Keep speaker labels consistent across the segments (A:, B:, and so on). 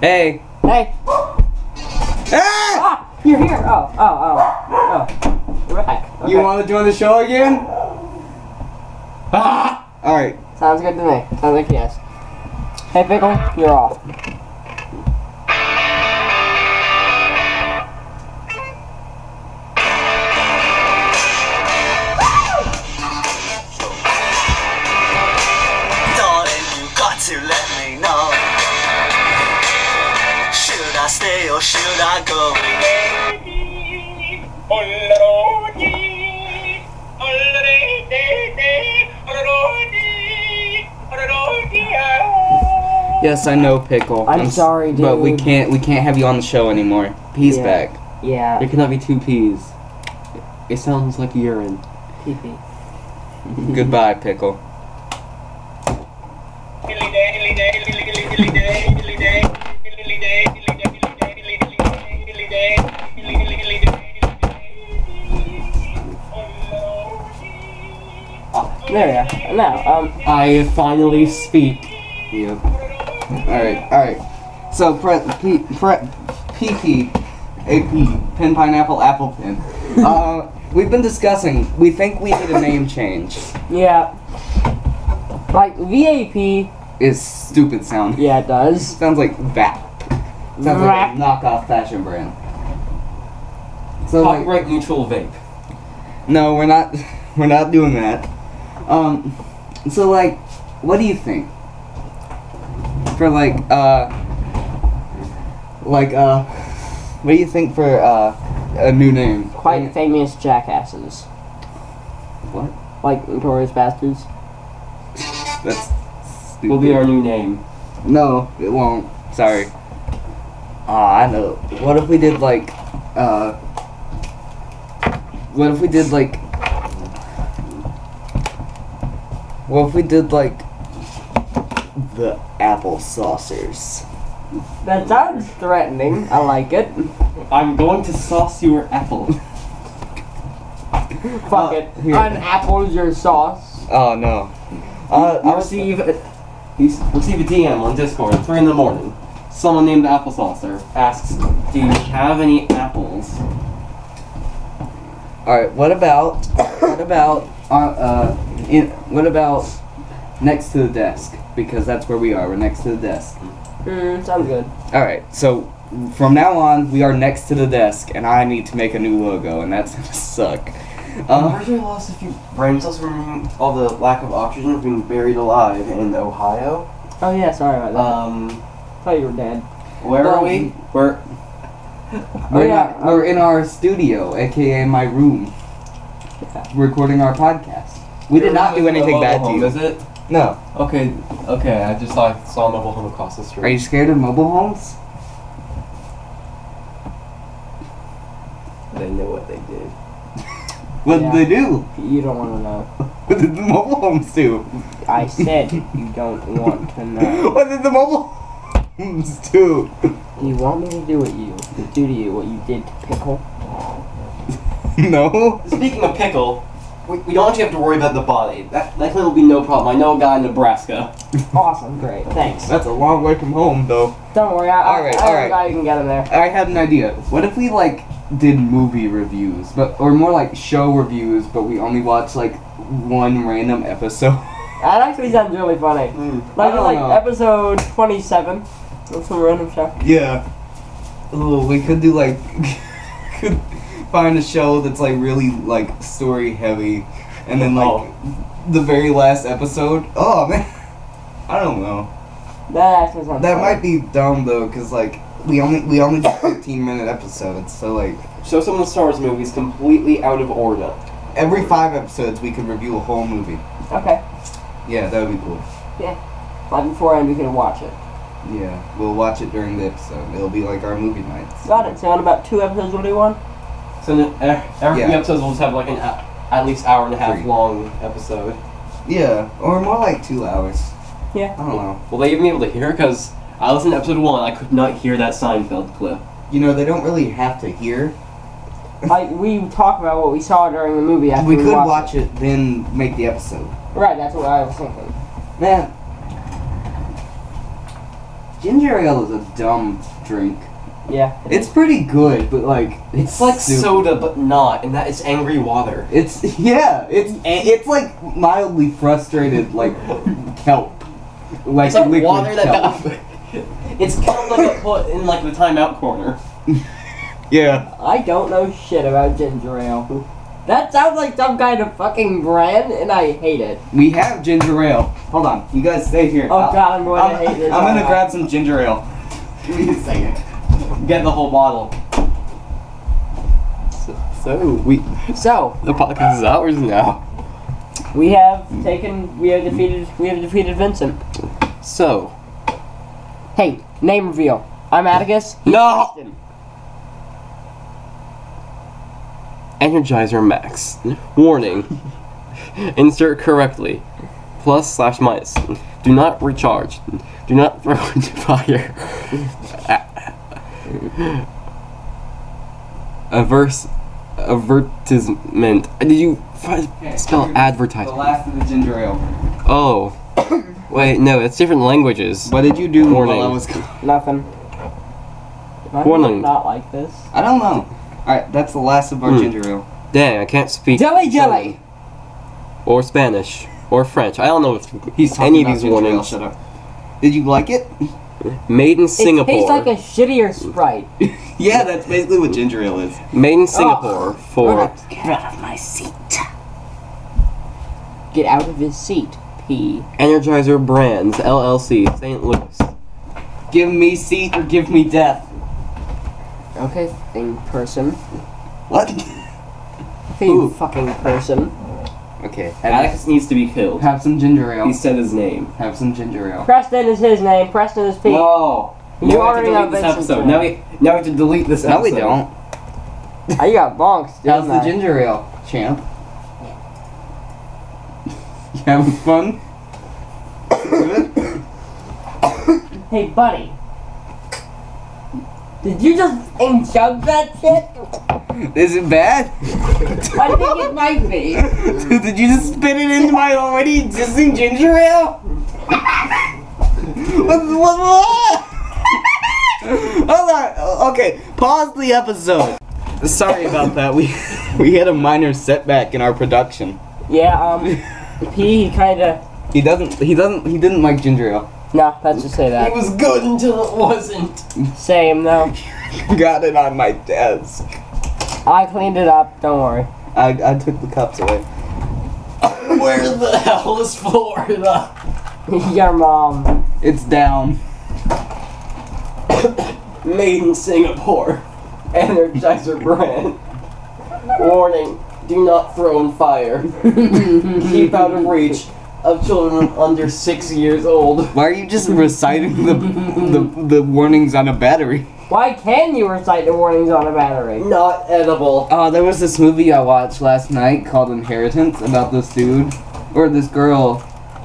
A: Hey.
B: Hey.
A: Ah!
B: Ah, you're here. Oh, oh, oh, oh. We're back.
A: You
B: Okay.
A: want to join the show again? Ah! All right.
B: Sounds good to me. Sounds like yes. Hey, Pickle, you're off.
C: Darling, you got to let me know. Should I stay or should I go?
A: Yes, I know, pickle.
B: I'm
A: s-
B: sorry,
A: But we
B: dude.
A: can't. We can't have you on the show anymore. Peace
B: Yeah.
A: back.
B: Yeah.
D: It cannot be two P's. It sounds like urine.
B: TP.
A: Goodbye, pickle.
B: There we are. Now, um,
D: I finally speak.
A: Yep. All right. All right. So pre p pre pp ap pin pineapple apple pin. uh, we've been discussing. We think we need a name change.
B: yeah. Like, VAP,
A: Is stupid sound.
B: yeah, it does.
A: Sounds like that. Sounds like
B: Rap.
A: a knockoff fashion brand. So like,
D: Copyright neutral vape.
A: no, we're not. We're not doing that. Um, so like, what do you think for like uh like uh what do you think for uh a new name?
B: Quite famous jackasses.
A: What?
B: Like, notorious bastards.
A: That's stupid.
D: Will be our new name.
A: No, it won't. Sorry. Ah, I know. What if we did like, uh, what if we did like, what if we did like the apple saucers?
B: That sounds threatening. I like it.
D: I'm going to sauce your apple.
B: Fuck
A: Uh,
B: it.
A: here.
B: An apple is your sauce.
A: Oh no. Uh,
D: you
A: I was-
D: receive a, you s- receive a DM on Discord at three in the morning. Someone named Applesaucer asks, "Do you have any apples?"
A: All right. What about what about uh, uh in, what about next to the desk? Because that's where we are. We're next to the desk.
B: Mm, sounds good.
A: All right, so from now on, we are next to the desk, and I need to make a new logo, and that's gonna suck.
D: Um,
A: Uh,
D: Marjorie lost a few brain cells from all the lack of oxygen of being buried alive in Ohio.
B: Oh, yeah, sorry about that.
D: Um,
B: thought you were dead.
D: where are
A: Um,
D: we? Where?
A: we're,
B: yeah,
A: in, we're in our studio, aka my room,
B: Yeah.
A: recording our podcast. We did not do anything bad to
D: Is
A: you.
D: it?
A: No.
D: Okay, okay. I just saw, saw a mobile home across the street.
A: Are you scared of mobile homes?
D: They know what they did.
A: What
B: Yeah.
A: did they do?
B: You don't want to know.
A: What did the mobile homes do?
B: I said you don't want to know.
A: What did the mobile homes do?
B: You want me to do what you do to you what you did to Pickle?
A: No.
D: Speaking of pickle, we, we don't actually have to worry about the body. That that will be no problem. I know a guy in Nebraska.
B: Awesome, great, thanks.
A: That's a long way from home, though.
B: Don't worry, I,
A: Alright,
B: I, I
A: alright.
B: know a guy who can get him there.
A: I had an idea. What if we like did movie reviews, but or more like show reviews, but we only watch like one random episode.
B: That actually sounds really funny.
D: Hmm.
B: Like
A: I don't
B: like
A: know.
B: episode twenty-seven of some random show.
A: Yeah. Oh, we could do like could find a show that's like really like story heavy, and then like
D: Oh.
A: the very last episode. Oh man, I don't know.
B: That actually sounds.
A: That
B: funny.
A: might be dumb though, cause like we only we only do fifteen minute episodes, so like
D: Show some of the Star Wars movies completely out of order.
A: every five episodes we could review a whole movie.
B: okay.
A: Yeah, that would be cool.
B: Like beforehand, we can watch it.
A: Yeah, we'll watch it during the episode. It'll be like our movie nights.
B: Got it. So in about two episodes, we'll do one.
D: So then, eh, every
A: Yeah.
D: episode will just have like an a- at least hour and a half
A: Three.
D: long episode.
A: Yeah, or more like two hours.
B: Yeah.
A: I don't know.
D: Will they even be able to hear? Because I listened to episode one, I could not hear that Seinfeld clip.
A: You know, they don't really have to hear.
B: Like we talk about what we saw during the movie after
A: we
B: we,
A: could watch
B: watched
A: it, then make the episode.
B: it. Right, that's what I was thinking.
A: Man, Ginger ale is a dumb drink.
B: Yeah.
A: It's pretty good, but like it's,
D: It's like
A: stupid.
D: soda, but not, and that is angry water.
A: It's yeah. It's it's like mildly frustrated like kelp. Like
D: It's like
A: liquid
D: water that
A: kelp.
D: got. it's kelp that got put in like the timeout corner.
A: Yeah.
B: I don't know shit about ginger ale. That sounds like some kind of fucking brand, and I hate it.
A: We have ginger ale. Hold on, you guys stay here.
B: Oh god, I'm going to
A: I'm,
B: hate this.
A: I'm gonna grab some ginger ale. Give me a second.
D: Get the whole bottle.
A: So we
B: So
A: the podcast is ours now.
B: we have taken, we have defeated, we have defeated Vincent.
A: So
B: Hey, name reveal. I'm Atticus.
D: No!
B: Austin.
D: Energizer Max. Warning. Insert correctly. Plus slash minus. Do not recharge. Do not throw into fire. Averse. Advertisement. Did you fi- spell
A: the
D: advertisement?
A: last of the ginger ale.
D: Oh. Wait, no, it's different languages.
A: What did you do
D: Warning.
A: while I was?
B: Nothing. Am I
D: Warning.
B: Not like this.
A: I don't know. All right, that's the last of our
D: Hmm.
A: ginger ale.
D: Dang, I can't speak.
B: Jelly jelly.
D: Or Spanish. Or French. I don't know if
A: He's talking
D: any of
A: about
D: these
A: ginger ale,
D: warnings.
A: Shut up. Did you like it?
D: Made in
B: It
D: Singapore.
B: tastes like a shittier Sprite.
A: Yeah, that's basically what ginger ale is.
D: Made in Singapore for
B: Get out of my seat. Get out of his seat, P.
D: Energizer Brands LLC, St. Louis.
A: Give me seat or give me death.
B: Okay, thing person.
A: What?
B: Okay, you fucking person.
A: Okay. Have,
D: Alex needs to be killed.
A: have some ginger ale.
D: He said his name.
A: Have some ginger ale.
B: Preston is his name. Preston is P.
D: No.
B: You
D: Now we have to
B: already
D: delete
B: have
D: this
B: Vincent's
D: episode.
B: name.
D: Now we now we have to delete this
A: No,
D: episode.
A: we don't.
B: Ah, you got bonks, dude.
A: How's the ginger ale, champ? You having fun? Good?
B: Hey, buddy. Did you just injug that shit?
A: Is it bad?
B: I think it might be.
A: Did you just spit it into my already existing ginger ale? what, what, what? Hold on. uh, Okay, pause the episode. Sorry about that. We we had a minor setback in our production.
B: Yeah, um, P kinda.
A: He doesn't. He doesn't. He didn't like ginger ale.
B: No, let's just say
D: It
B: that.
D: was good until it wasn't.
B: Same, though.
A: Got it on my desk.
B: I cleaned it up, don't worry.
A: I I took the cups away.
D: Where the hell is Florida?
B: Your mom.
A: It's down.
D: Made in Singapore. Energizer Brand. Warning: Do not throw in fire. Keep out of reach of children under six years old.
A: Why are you just reciting the the, the warnings on a battery?
B: Why can you recite the warnings on a battery?
D: Not edible.
A: Oh, there was this movie I watched last night called Inheritance about this dude or this girl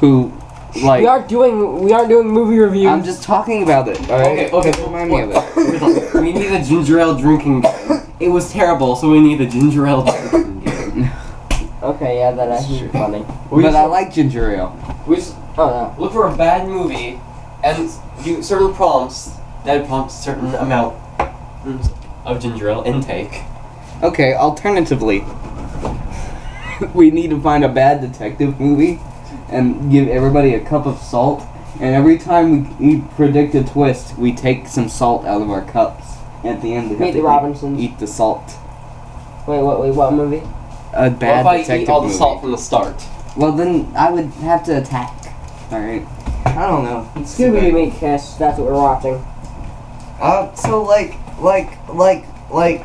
A: who,
B: We
A: like,
B: aren't doing we aren't doing movie reviews.
A: I'm just talking about it. All right.
D: Okay, okay.
A: Don't Remind me of it.
D: we need a ginger ale drinking game. It was terrible, so we need a ginger ale drinking game.
B: okay, yeah, that actually
D: Sure.
B: funny.
D: We
A: But
D: just,
A: I like ginger ale.
D: we just
B: Oh no.
D: look for a bad movie and do certain prompts that prompt certain amount mm, of ginger ale intake.
A: Okay. Alternatively, we need to find a bad detective movie and give everybody a cup of salt. And every time we, we predict a twist, we take some salt out of our cups. At the end, we have
B: Meet
A: to
B: the
A: eat-
B: Robinsons.
A: Eat, the salt.
B: Wait, what? Wait, what movie?
A: A bad
D: what if I
A: detective
D: eat all
A: movie.
D: the salt from the start?
A: Well, then I would have to attack. Alright. I don't know. It's
B: Scooby Doo Meet Kiss. That's what we're watching.
A: Uh, so, like, like, like, like,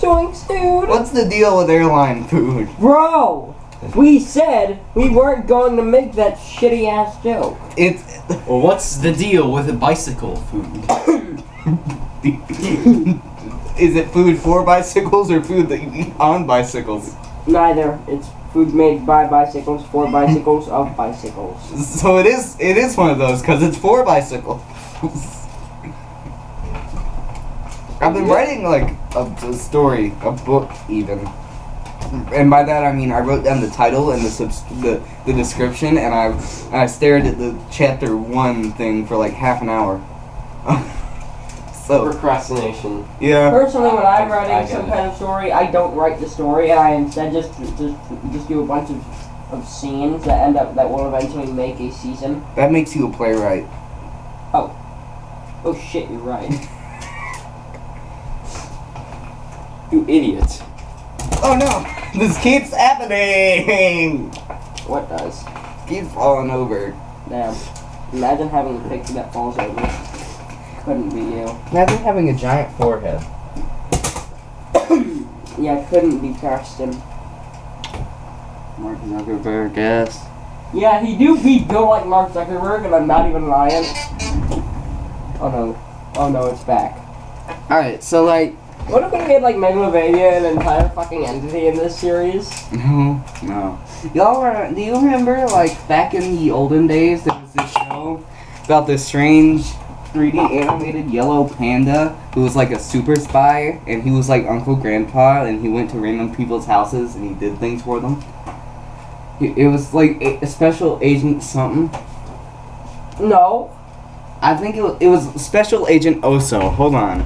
B: Zoinks, dude.
A: what's the deal with airline food?
B: Bro, we said we weren't going to make that shitty ass joke.
A: It's.
D: Or what's the deal with bicycle food?
A: Is it food for bicycles or food that you eat on bicycles?
B: Neither. It's food made by bicycles for bicycles of bicycles.
A: So it is. It is one of those because it's for bicycles. I've been writing like a, a story, a book even. and by that I mean I wrote down the title and the subs- the, the description, and I I stared at the chapter one thing for like half an hour. so
D: Procrastination.
A: yeah,
B: Personally, when I'm
D: I- I
B: writing
D: get
B: some
D: it.
B: kind of story, I don't write the story, and I instead just just just do a bunch of of scenes that end up that will eventually make a season.
A: that makes you a playwright.
B: Oh shit, you're right.
D: You idiot.
A: Oh no, this keeps happening.
B: what does?
A: Keeps falling over.
B: Damn. Imagine having a picture that falls over. Couldn't be you.
A: Imagine having a giant forehead.
B: Yeah, couldn't be Preston.
A: Mark Zuckerberg, yes.
B: Yeah, he do be built like Mark Zuckerberg, and I'm not even lying. Oh no. Oh no, it's back.
A: All right, so like
B: What if we made like Megalovania an entire fucking entity in this series?
A: No, no. Y'all are, do you remember, like, back in the olden days, there was this show about this strange 3D animated yellow panda who was like a super spy, and he was like Uncle Grandpa, and he went to random people's houses and he did things for them. It it was like a a special agent something.
B: No.
A: I think it was, it was special agent Oso. Hold on.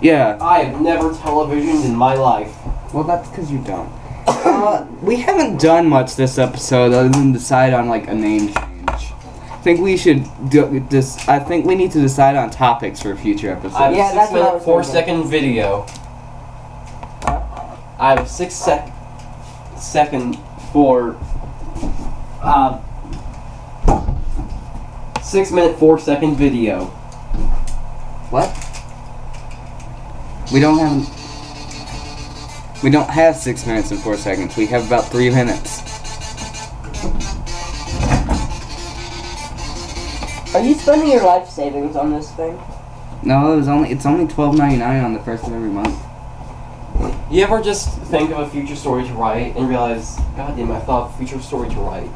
A: Yeah.
D: I have never televisioned in my life.
A: Well, that's because you don't. uh, we haven't done much this episode other than decide on like a name change. I think we should do this. I think we need to decide on topics for future episodes.
D: I have
B: Yeah,
D: a
B: that's
D: six
B: what I
D: minute,
B: was
D: four
B: thinking.
D: second video. I have six sec second for uh six minute four second video.
A: what? We don't have. We don't have six minutes and four seconds. We have about three minutes.
B: Are you spending your life savings on this thing?
A: No, it was only. It's only twelve ninety nine on the first of every month.
D: You ever just think of a future story to write and realize, God damn, I thought of a future story to write.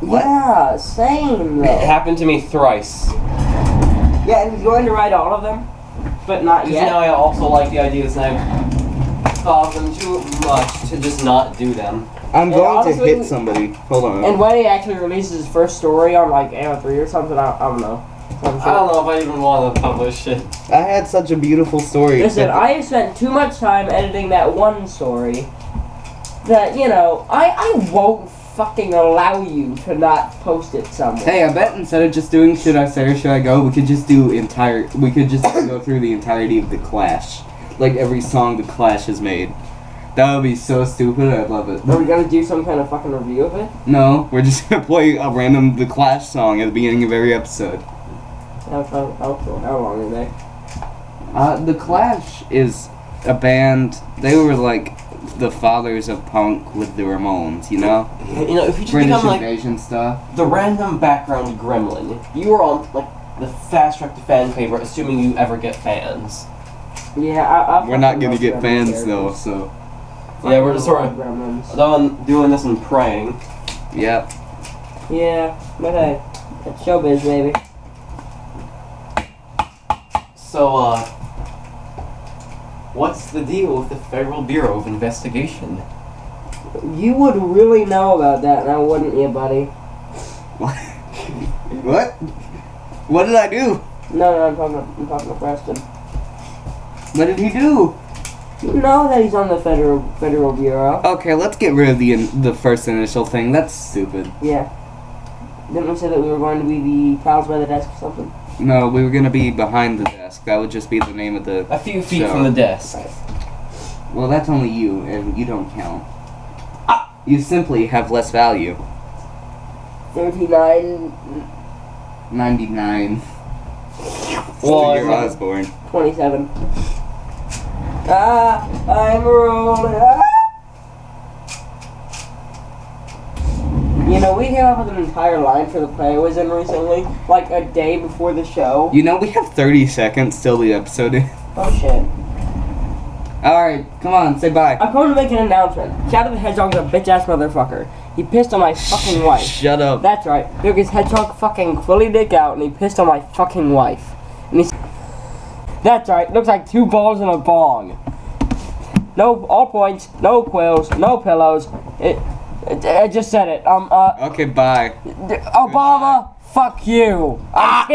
A: What?
B: Yeah, same
D: It
B: though.
D: happened to me thrice.
B: yeah, and he's going to write all of them, but not
D: Because
B: yet.
D: now I also like the ideas and I've thought of them too much to just not do them.
A: I'm
B: And
A: going
B: honestly-
A: to hit somebody. Hold on.
B: and when he actually releases his first story on like Anno 3 or something, I, I don't know. Some
D: I
B: shit.
D: don't know if I even want to publish it.
A: I had such a beautiful story.
B: Listen,
A: but-
B: I have spent too much time editing that one story that, you know, I, I won't fucking allow you to not post it somewhere.
A: Hey, I bet instead of just doing should I stay or should I go, we could just do entire. We could just go through the entirety of the Clash, like every song the Clash has made. That would be so stupid. I'd love
B: Are we
A: it.
B: gonna do some kind of fucking review of it?
A: No, we're just gonna play a random the Clash song at the beginning of every episode.
B: How, how, how, how long are they?
A: Uh, the Clash is a band. They were like the fathers of punk with the Ramones, you know,
D: You know, if you just
A: British
D: become like
A: invasion stuff.
D: the random background gremlin, you are on like the fast track to fan favor, assuming you ever get fans.
B: Yeah, I, I
A: We're not
B: fucking
A: gonna
B: love
A: get
B: Gremlins
A: fans
B: characters.
A: though, so
D: Yeah, we're just sort
B: Fucking
D: of
B: love Gremlins.
D: though I'm doing this and praying.
A: yep.
B: Yeah, but hey, that's showbiz, baby.
D: So, uh, what's the deal with the Federal Bureau of Investigation?
B: You would really know about that, now wouldn't you, buddy?
A: What? what? What did I do?
B: No, no, I'm talking to, I'm talking to Preston.
A: What did he do?
B: You know that he's on the federal federal bureau.
A: Okay, let's get rid of the in- the first initial thing. That's stupid.
B: Yeah. Didn't we say that we were going to be the pals by the desk or something?
A: No, we were gonna be behind the desk. That would just be the name of the.
D: A few feet
A: So-
D: from the desk.
A: Well, that's only you, and you don't count. Ah, You simply have less value.
B: Thirty-nine,
A: 99.
D: Well,
A: Well, you're
D: I-
A: Osborne.
B: twenty-seven. Ah, I'm rolling. Ah. You know, we came up with an entire line for the play I was in recently, like a day before the show.
A: You know, we have 30 seconds till the episode ends.
B: Oh shit.
A: Alright, come on, say bye.
B: I'm going to make an announcement. Shadow the Hedgehog's a bitch ass motherfucker. He pissed on my fucking wife.
A: Shut up.
B: That's right. Took his hedgehog fucking quilly dick out and he pissed on my fucking wife. And he's. That's right. Looks like two balls in a bong. no all points, no quills, no pillows. It, it, I just said it. Um, uh,
A: Okay, bye.
B: Obama, fuck you. I'm kidding.